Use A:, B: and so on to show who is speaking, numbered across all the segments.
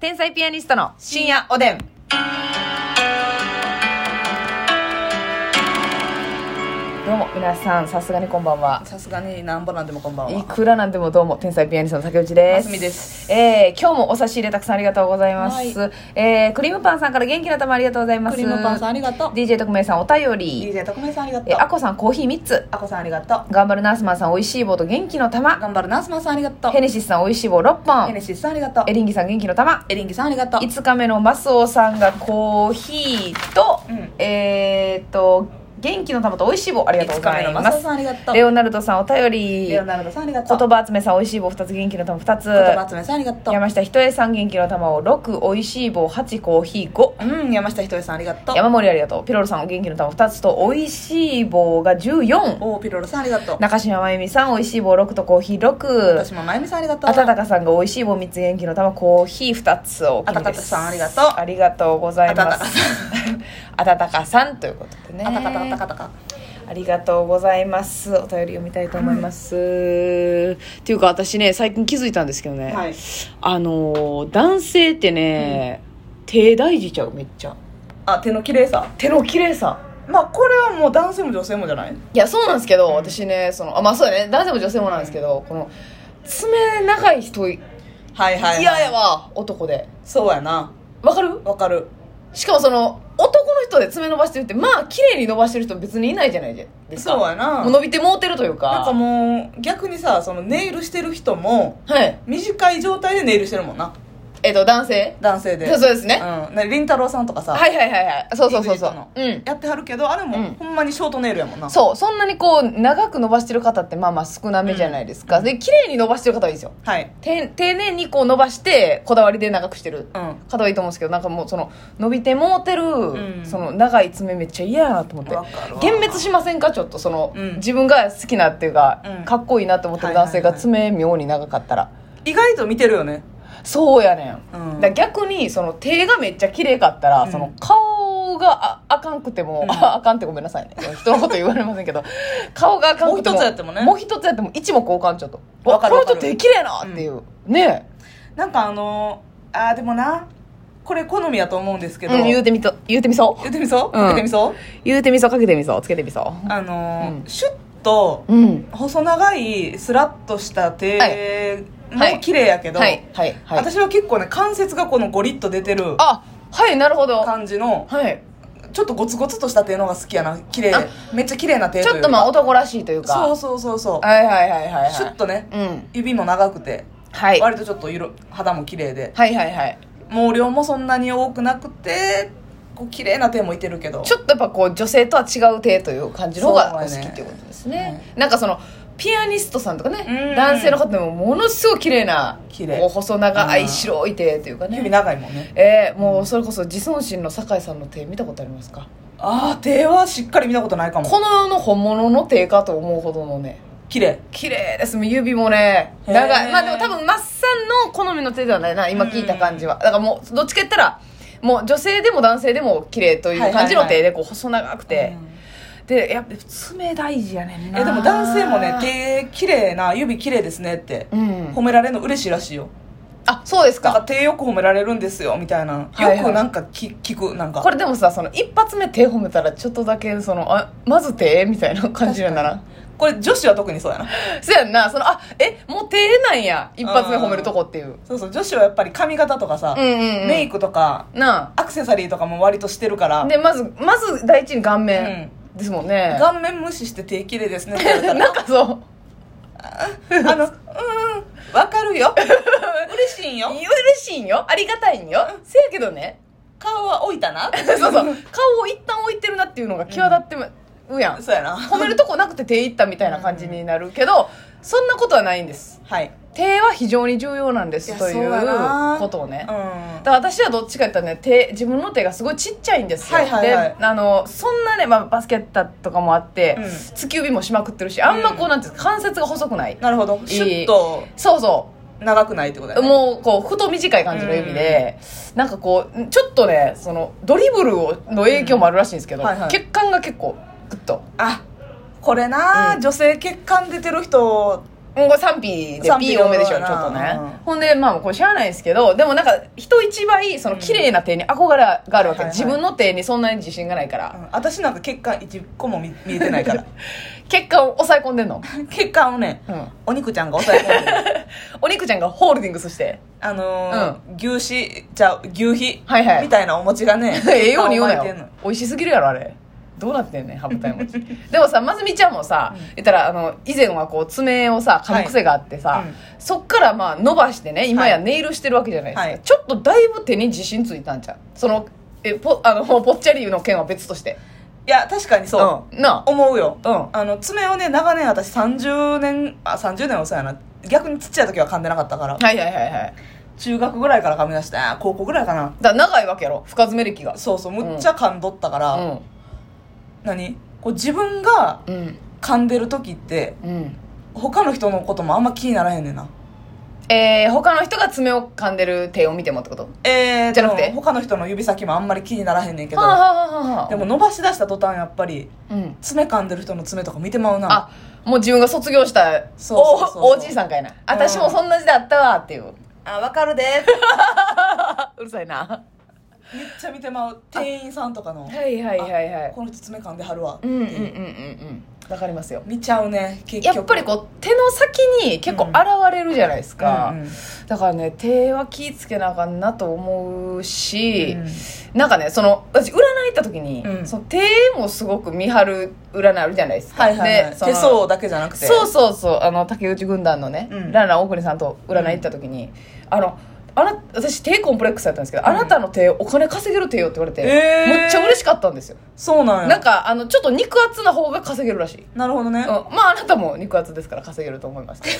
A: 天才ピアニストの深夜おでん。どうも皆さん、さすがにこんばんは。
B: さすがになんぼなんでもこんばん
A: い
B: は
A: くらなんでもどうも、天才ピアニストの竹内です。
B: ますみです。
A: えー、今日もお差し入れたくさんありがとうございます。えー、クリームパンさんから元気の玉ありがとうございます。
B: クリームパンさんありがとう
A: DJ 特命さんお便り。
B: DJ 特命さんありがと
A: え
B: う
A: ー、あこさんコーヒー3つ。
B: あこさんありがとう
A: 頑張るナースマンさんおいしい棒と元気の玉。
B: 頑張るナースマンさんありがとう
A: ヘネシスさんおいしい棒6
B: ヘ
A: 本
B: ネ。シスさんありがとう
A: エリンギさん元気の玉。
B: エリンギさんありがとう
A: 5日目のマスオさんがコーヒーと、
B: うん
A: えーっと元気の玉と美味しい棒ありがとうござい
B: マ
A: ま
B: サ
A: す
B: さんありがとう
A: レオナルドさんお便り
B: レオ
A: 言
B: ナルドさんありがとう
A: 葉集めさん美味しい棒2つ元気の玉2
B: 言葉
A: つ
B: 集めさんありがとう
A: 山下ひとえさん元気の玉を6美味しい棒8コーヒー5
B: うん山下ひとりさんありがとう
A: 山盛りありがとうピロロさん元気の玉2つと美味しい棒が14
B: おおピロロさんありがとう
A: 中島真由美さん美味しい棒6とコーヒー6
B: 私もまゆみさんありがとう
A: あたたかさんが美味しい棒3つ元気の玉コーヒー2つをお気に入りです
B: あたたかさんありがとう
A: ありがとうございま
B: あたたか
A: すあたたかさんということでね
B: あたかたかたかたか
A: ありがとうございますお便り読みたいと思います、っていうか私ね最近気づいたんですけどね、
B: はい
A: あのー男性ってね、手大事ちゃうめっちゃ
B: あ手の綺麗さ
A: 手の綺麗さ
B: まあこれはもう男性も女性もじゃない
A: いやそうなんですけど、私ねそのあまあそうだね男性も女性もなんですけど、この爪長い人嫌
B: はいはい
A: やわ男で
B: そうやな
A: わかる
B: わかる
A: しかもその男の人で爪伸ばしてるってまあ綺麗に伸ばしてる人別にいないじゃないですか
B: そうやな
A: もう伸びてもうてるというか
B: なんかもう逆にさそのネイルしてる人も
A: はい
B: 短い状態でネイルしてるもんな
A: えっ、と男性
B: 男性で
A: そうそうですね、
B: うんねりんたろーさんとかさ、
A: はいはいはいはいそうそうそうそ
B: EXIT
A: う
B: の
A: うん
B: やってはるけどあれも、
A: うん
B: ほんまにショートネイルやもんな
A: そうそんなにこう長く伸ばしてる方ってまあまあ少なめじゃないですか、で綺麗に伸ばしてる方はいいですよ
B: はい
A: て丁寧にこう伸ばしてこだわりで長くしてる
B: うん
A: 方はいいと思うんですけどなんかもうその伸びてもうてる、
B: ん
A: その長い爪めっちゃ嫌やなと思って
B: わかるわ
A: 幻滅しませんかちょっとその、
B: うん
A: 自分が好きなっていうか、
B: うん
A: かっこいいなと思ってる
B: はいはい
A: 男性が
B: はい
A: 爪妙に長かったら、
B: 意外と見てるよね
A: そうやねん、
B: う
A: だか
B: ん
A: ら逆にその手がめっちゃ綺麗かったら、
B: うん
A: その顔がああかんくても、
B: うん
A: ああかんってごめんなさいね人のこと言われませんけど 顔があかんくても
B: もう一つやってもね
A: もう一つやっても一目置かんちょっと
B: わかる
A: わ
B: わ
A: こ
B: か
A: の人
B: る
A: 手綺麗なっていう、ね
B: なんかあのー、あーでもなこれ好みやと思うんです
A: え、
B: けど、
A: うん言うてみと言うてみそう
B: 言ってみそう、
A: うん
B: 言ってみそう
A: 言うてみそうかけてみそうつけてみそ
B: あのー
A: うん
B: シュッと
A: ううん
B: 細長いスラッとした手
A: はい
B: も綺麗やけど、
A: はいはいはい
B: 私は結構ね関節がこのゴリッと出てる
A: あはいなるほど
B: 感じの
A: はい
B: ちょっとゴツゴツとした手の方が好きやな綺麗
A: あ
B: めっちゃ綺麗な手
A: ち
B: という
A: ょ
B: か
A: っとまあ男らしいというか
B: そうそうそうそう
A: はいはいはいはいはい
B: シュッとね
A: うん
B: 指も長くて、
A: はいはい
B: 割とちょっと色肌も綺麗で
A: はいはい
B: 毛量もそんなに多くなくてこう綺麗な手もいてるけど
A: ちょっとやっぱこう女性とは違う手という感じの方がお好
B: そう
A: き
B: やね
A: っていうことですねなんかそのピアニストさんとかね
B: うん
A: 男性の方でもものすごい綺麗な
B: 綺麗
A: こう細長い白い手というか
B: 指
A: ね
B: 長いもんね
A: えー、もうそれこそ自尊心の酒井さんの手見たことありますか
B: ああ手はしっかり見たことないかも
A: この世の本物の手かと思うほどのね
B: 綺麗
A: 綺麗ですもう指もね
B: へー
A: 長いまあでも多分マッサンの好みの手ではないな今聞いた感じはだからもうどっちか言ったらもう女性でも男性でも綺麗という感じの
B: はい
A: 手
B: は
A: でこう細長くて、でやっぱ爪大事やねんな
B: えでも男性もね手綺麗な指綺麗ですねって
A: うん
B: 褒められるの嬉しいらしいよ
A: あそうです
B: なんか
A: か
B: 手よく褒められるんですよみたいなよ
A: はい
B: くなんかき聞くなんか
A: これでもさその一発目手褒めたらちょっとだけそのあまず手みたいな感じなんだな
B: これ女子は特にそうやな
A: そうやんなそのあえもう手なんや一発目褒めるとこっていう
B: そうそう女子はやっぱり髪型とかさ、
A: うんうん、うん、
B: メイクとか
A: な
B: アクセサリーとかも割としてるから、
A: あでまずまず第一に顔面ですもんね、
B: 顔面無視して手綺麗ですねって言われたら
A: なんかそう
B: あの、うん、わか るよ。嬉しいんよ。
A: 嬉しいんよありがたいんよせやけどね
B: 顔は置いたな。
A: そうそう顔を一旦置いてるなっていうのが際立ってうやん、
B: そうやな。
A: 褒めるとこなくて手いったみたいな感じになるけど、そんなことはないんです
B: はい。
A: 手は非常に重要なんです
B: いや
A: とい
B: そう
A: う
B: やな
A: ことをね、
B: うん。
A: だから私はどっちか言ったらね手自分の手がすごいちっちゃいんですよ、
B: はいはいはい
A: であのそんなね、まあ、バスケットとかもあって、
B: うん
A: 突き指もしまくってるしあんまこうなんていうか関節が細くない、
B: なるほど。シュッと
A: そうそう
B: 長くないってことやね。
A: もうこう太短い感じの指で、なんかこうちょっとねそのドリブルをの影響もあるらしいんですけど、
B: うんはいはい
A: 血管が結構グッと
B: あ、これな、
A: うん
B: 女性血管出てる人
A: もうこれ賛否で
B: 賛否
A: P 多めでしょ
B: だ
A: ちょっ
B: ろ
A: と
B: うな
A: ね、ほんでまあこれ知らないですけどでもなんか人一倍その綺麗な手に憧れがあるわけ、
B: はいはい
A: 自分の手にそんなに自信がないから、
B: うん私なんか血管一個も見見えてないから
A: 血管を抑え込んでんの、
B: 血管をね
A: うん、
B: お肉ちゃんが抑え込んでる
A: お肉ちゃんがホールディングスして
B: あのー牛脂ちゃう牛皮、
A: はいはい
B: みたいなお餅がね
A: ええように言うな
B: 血管を巻いてんの
A: よ美味しすぎるやろあれどうなってんねん羽二重餅 でもさまずみちゃんもさ、言ったらあの以前はこう爪をさ噛む癖があってさ、
B: はいうん
A: そっからまあ伸ばしてね今や
B: はい
A: ネイルしてるわけじゃないですか、
B: はい
A: ちょっとだいぶ手に自信ついたんじゃんそのえぽあの ぽっちゃりの件は別として
B: いや確かにそう、
A: うんな
B: 思うよ、
A: うん
B: あの爪をね長年私30年あ30年遅いやな逆にちっちゃい時は噛んでなかったから、
A: あはいはいはいはい
B: 中学ぐらいから噛み出してあー高校ぐらいかな
A: だから長いわけやろ深爪歴が
B: そうそうむっちゃ噛んどったから、
A: うん
B: 何こう自分が
A: うん
B: 噛んでる時って
A: うん
B: 他の人のこともあんま気にならへんねんな
A: えー、他の人が爪を噛んでる手を見てもってこと
B: えー、
A: じゃなくて
B: でも他の人の指先もあんまり気にならへんねんけど
A: はあ、はあはあはあ
B: でも伸ばし出した途端やっぱり
A: うん
B: 爪噛んでる人の爪とか見てまうな
A: あもう自分が卒業した
B: そうそうそうそう
A: おおじいさんかいな私もそんな時代あったわっていう
B: あわかるで
A: うるさいな
B: めっちゃ見てまう店員さんとかの
A: はいはいはいはい
B: この人爪噛んではるわって
A: うんうんうんうん
B: いう
A: うんわかりますよ
B: 見ちゃうね結
A: や
B: 局
A: っぱりこう手の先に結構現れるじゃないですか、
B: うんうん
A: だからね手は気ぃつけなあかんなと思うし、
B: うん
A: なんかねその私占い行った時に、
B: うん
A: その手もすごく見張る占いあるじゃないですか、
B: はいはい、はい、
A: その
B: 手相だけじゃなくて
A: そうそうそうあの竹内軍団のね、
B: うん
A: ランラン大国さんと占い行った時に、あのあな私手コンプレックスだったんですけど、
B: うん
A: あなたの手お金稼げる手よって言われて、
B: えー
A: めっちゃ嬉しかったんですよ、
B: そうなんや
A: なんかあのちょっと肉厚な方が稼げるらしい、うん、
B: なるほどね、
A: まああなたも肉厚ですから稼げると思い ますけ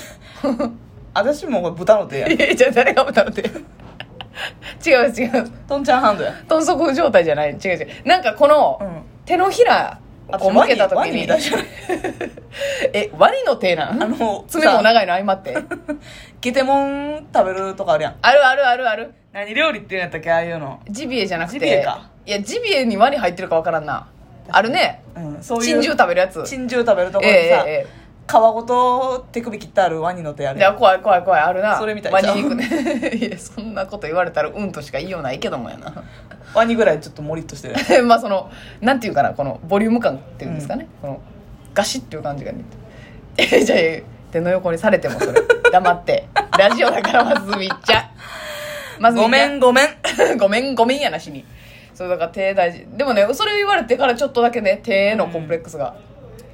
B: 私もこれ豚の手や
A: どいやじゃあ誰が歌うて違う違う
B: トンちゃんハンドや
A: 豚足状態じゃない違う違うなんかこの、
B: うん
A: 手のひら
B: あ
A: こう
B: と
A: 向けた時
B: ワニワ
A: に
B: ニみたいじゃない
A: えワニの手なん
B: あの
A: 爪も
B: さ
A: 長いの相まって
B: ゲテモン食べるとかあるやん
A: あるあるあるある
B: 何料理って言うんやったっけああいうの、
A: ジビエじゃなくて
B: ジビエか
A: いやジビエにワニ入ってるかわからんなあるね
B: うん、そうい
A: 珍
B: う
A: 獣食べるやつ
B: 珍獣食べるとこ
A: え
B: ろ
A: え
B: にさ、
A: ええ
B: 皮ごと手首切ってあるワニの手
A: え
B: や
A: え
B: る
A: いや
B: やん
A: 怖い怖い怖いあるな
B: それみたい
A: ワ
B: じゃん
A: ニ肉ね いやそんなこと言われたらうんとしか言いようないけどもやな
B: ワニぐらいちょっとモリッとしてるやん
A: まあそのなんていうかなこのボリューム感っていうんですかね、このガシッっていう感じがね えじゃあ手の横にされてもそれ黙ってラジオだからまずみっちゃまずみっちゃ
B: ごめんごめ ん
A: ごめんごめんやなしにそうだから手大事でもねそれ言われてからちょっとだけね手へのコンプレックスが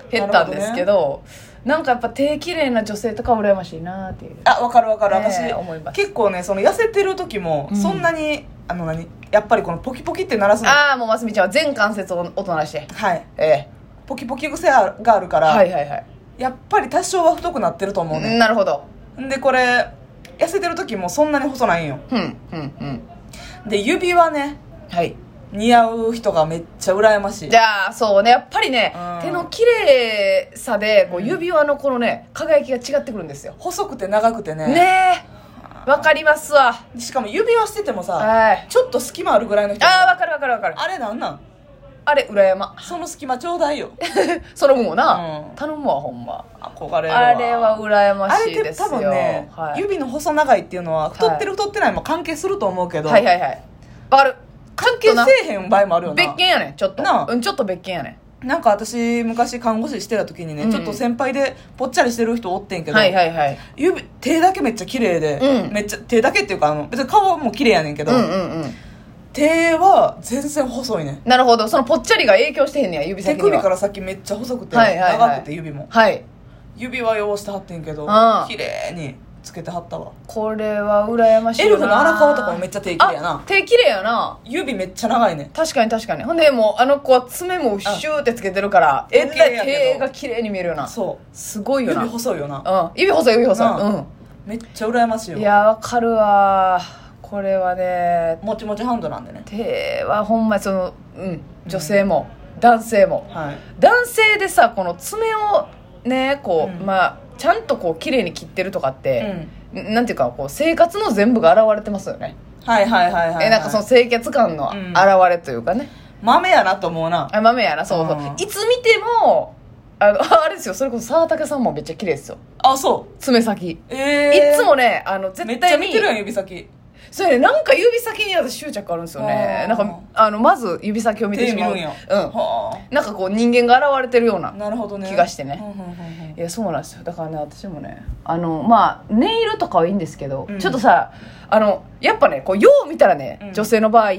A: 減ったんですけど,、なんかやっぱ手綺麗な女性とか羨ましいなっていう
B: あわかるわかる、
A: ねえ
B: 私
A: 思います
B: 結構ねその痩せてる時も
A: うん
B: そんなに、あの何やっぱりこのポキポキって鳴らすの
A: ああもうますみちゃんは全関節をおとなして
B: はい
A: ええ
B: ポキポキ癖があるから、
A: はいはいはい、
B: やっぱり多少は太くなってると思うね、
A: なるほど
B: ん、でこれ痩せてる時もそんなに細ないんよ
A: うんうんうん
B: で指輪ね
A: はい
B: 似合う人がめっちゃ羨ましい
A: じゃあそうねやっぱりね、
B: うん
A: 手の綺麗さでこう
B: うん
A: 指輪のこのね輝きが違ってくるんですよ
B: 細くて長くてね
A: ねえわかりますわ
B: しかも指輪しててもさ
A: はい
B: ちょっと隙間あるぐらいの人
A: ああわかるわかるわかる
B: あれなんなん
A: あれ裏山
B: その隙間ちょうだ いよ
A: その分をな、
B: うん
A: 頼むわほんま
B: 憧れるわ
A: あれは羨ま
B: あ
A: し
B: れ
A: い
B: って
A: ですよ
B: 多分ね、
A: はい、
B: 指の細長いっていうのは太ってる太ってないも関係すると思うけど、
A: はいはいはいわかる
B: 関係
A: な
B: せえへん場合もあるよ
A: 別
B: な
A: 件やねんちょっと
B: なあ
A: うんちょっと別件やね
B: なんか私昔看護師してた時にね、
A: うん
B: ちょっと先輩でぽっちゃりしてる人おってんけ
A: ん
B: ど、
A: はいはいはい
B: 指手だけめっちゃ綺麗で、
A: うん
B: めっちゃ手だけっていうかあの別に顔も綺麗やねんけ
A: う
B: ど、
A: んうんうん
B: 手は全然細いねん
A: なるほどそのぽっちゃりが影響してへんねや指
B: 手
A: 先に
B: 首
A: は
B: から先めっちゃ細くて、
A: はいはいはい
B: 長くて指も
A: はい
B: 指はようしてはってんけど
A: ああ
B: 綺麗につけてはったわ
A: これは羨ましいな
B: エルフの荒川とかもめっちゃ手綺麗や
A: あ
B: な
A: 手綺麗やな
B: 指めっちゃ長いねん
A: 確かに確かにほんでもうあの子は爪もシューってつけてるからえ
B: あ
A: らい
B: 余計やけど
A: 手が綺麗に見えるよな
B: そ
A: すご
B: う
A: いよ
B: 指
A: な
B: 細いよな
A: うん指細い指細い
B: なあ
A: うん
B: めっちゃ羨ましいよ
A: いやわかるわこれはね
B: もちもちハンドなんでね
A: 手はほんまにそのうん女性も、男性も
B: はい
A: 男性でさこの爪をねこう、
B: うん
A: まあちゃんとこう綺麗に切ってるとかっ
B: う
A: て、
B: ん
A: んなんていうかこう生活の全部が現れてますよね、
B: はいはいはいはいはい
A: えなんかその清潔感の
B: うん
A: 現れというかね、
B: 豆やなと思うな
A: あ豆やなそうそう
B: うん
A: いつ見てもあの あれですよそれこそ沢竹さんもめっちゃ綺麗ですよ
B: あそう
A: 爪先、
B: え
A: い
B: ー、
A: つもねあの絶対に
B: めっちゃ見てるやん指先
A: それねなんか指先に私執着あるんですよね
B: あー
A: なんかあのまず指先を見てしまう
B: 手見るんや
A: うん
B: は
A: なんかこう人間が現れてるような
B: あなるほどね
A: 気がしてね
B: うんうんうんうん
A: いやそうなんですよだからね私もねあのまあネイルとかはいいんですけど、
B: うん
A: ちょっとさあのやっぱねこうよう見たらね、
B: うん
A: 女性の場合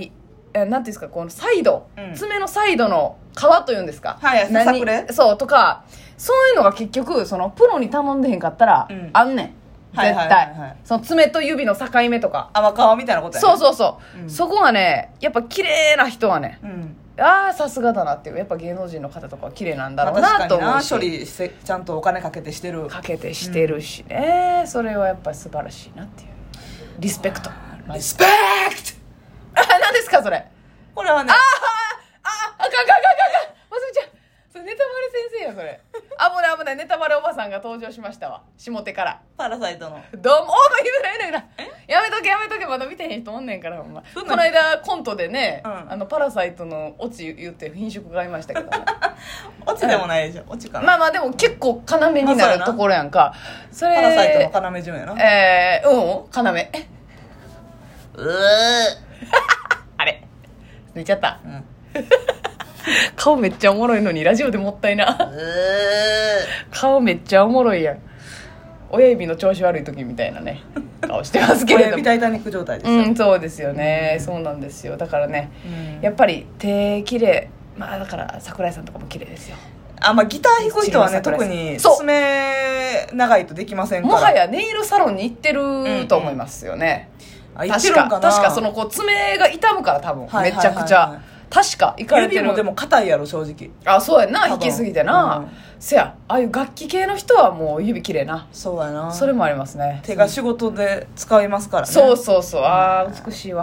A: えなんていうんですかこのサイド、
B: うん
A: 爪のサイドの皮というんですか
B: はい
A: 何
B: ささくれ
A: そうとかそういうのが結局そのプロに頼んでへんかったら、
B: うん
A: あんねん絶対、
B: はいはいはいはい
A: その爪と指の境目とか
B: 甘皮みたいなことやね
A: そうそうそう、
B: うん
A: そこがねやっぱ綺麗な人はね
B: うん
A: ああさすがだなっていうやっぱ芸能人の方とかは綺麗なんだ
B: まあ
A: ろうな
B: 確
A: と
B: かに
A: 思う
B: な
A: し
B: 処理してちゃんとお金かけてしてる
A: かけてしてるしね、それはやっぱり素晴らしいなっていうリスペクト
B: リスペクト
A: あ 何ですかそれあ
B: これはね
A: あかんかんかんかんかんまつみちゃんそれネタバレ先生やそれ危ない危ないネタバレおばさんが登場しましたわ下手から
B: パラサイトの
A: どうもおお言うな言うな言うなやめとけやめとけまだ見てへん人おんねんからほんま
B: そ
A: こ
B: んなん
A: の間コントでね、
B: うん
A: あのパラサイトのオチ言って品種買いました けどね
B: オチでもないでしょオチかな
A: まあまあでも結構要になるところやんかそれ
B: パラサイトの要潤やな
A: えー、うん要
B: うー
A: あれ寝ちゃった
B: うん
A: 顔めっちゃおもろいのにラジオでもったいな顔めっちゃおもろいやん親指の調子悪い時みたいなね顔してますけ
B: こ
A: れ
B: れ
A: ど
B: み
A: も
B: タイタニック状態ですよ、
A: うんそうですよねそうなんですよだからね
B: うん
A: やっぱり手綺麗まあだから桜井さんとかも綺麗ですよ
B: あまあ、ギター弾く人はね
A: 一流の桜井さ
B: 特
A: ん
B: に
A: そう
B: 爪長いとできませんから
A: もはやネイルサロンに行ってると思いますよね、
B: あ言って
A: 確
B: るん
A: か
B: かな
A: 確かそのこう爪が痛むから多分、
B: はいはいはいはい
A: めちゃくちゃ確か行かれて
B: 指
A: る
B: もでも硬いやろ正直
A: あそうやんな
B: 多
A: 弾
B: 分
A: きすぎてな、
B: うん
A: せやああいう楽器系の人はもう指綺麗な
B: そうやな
A: それもありますね
B: 手が仕事で使いますからね
A: そうそうそうああ美しいわ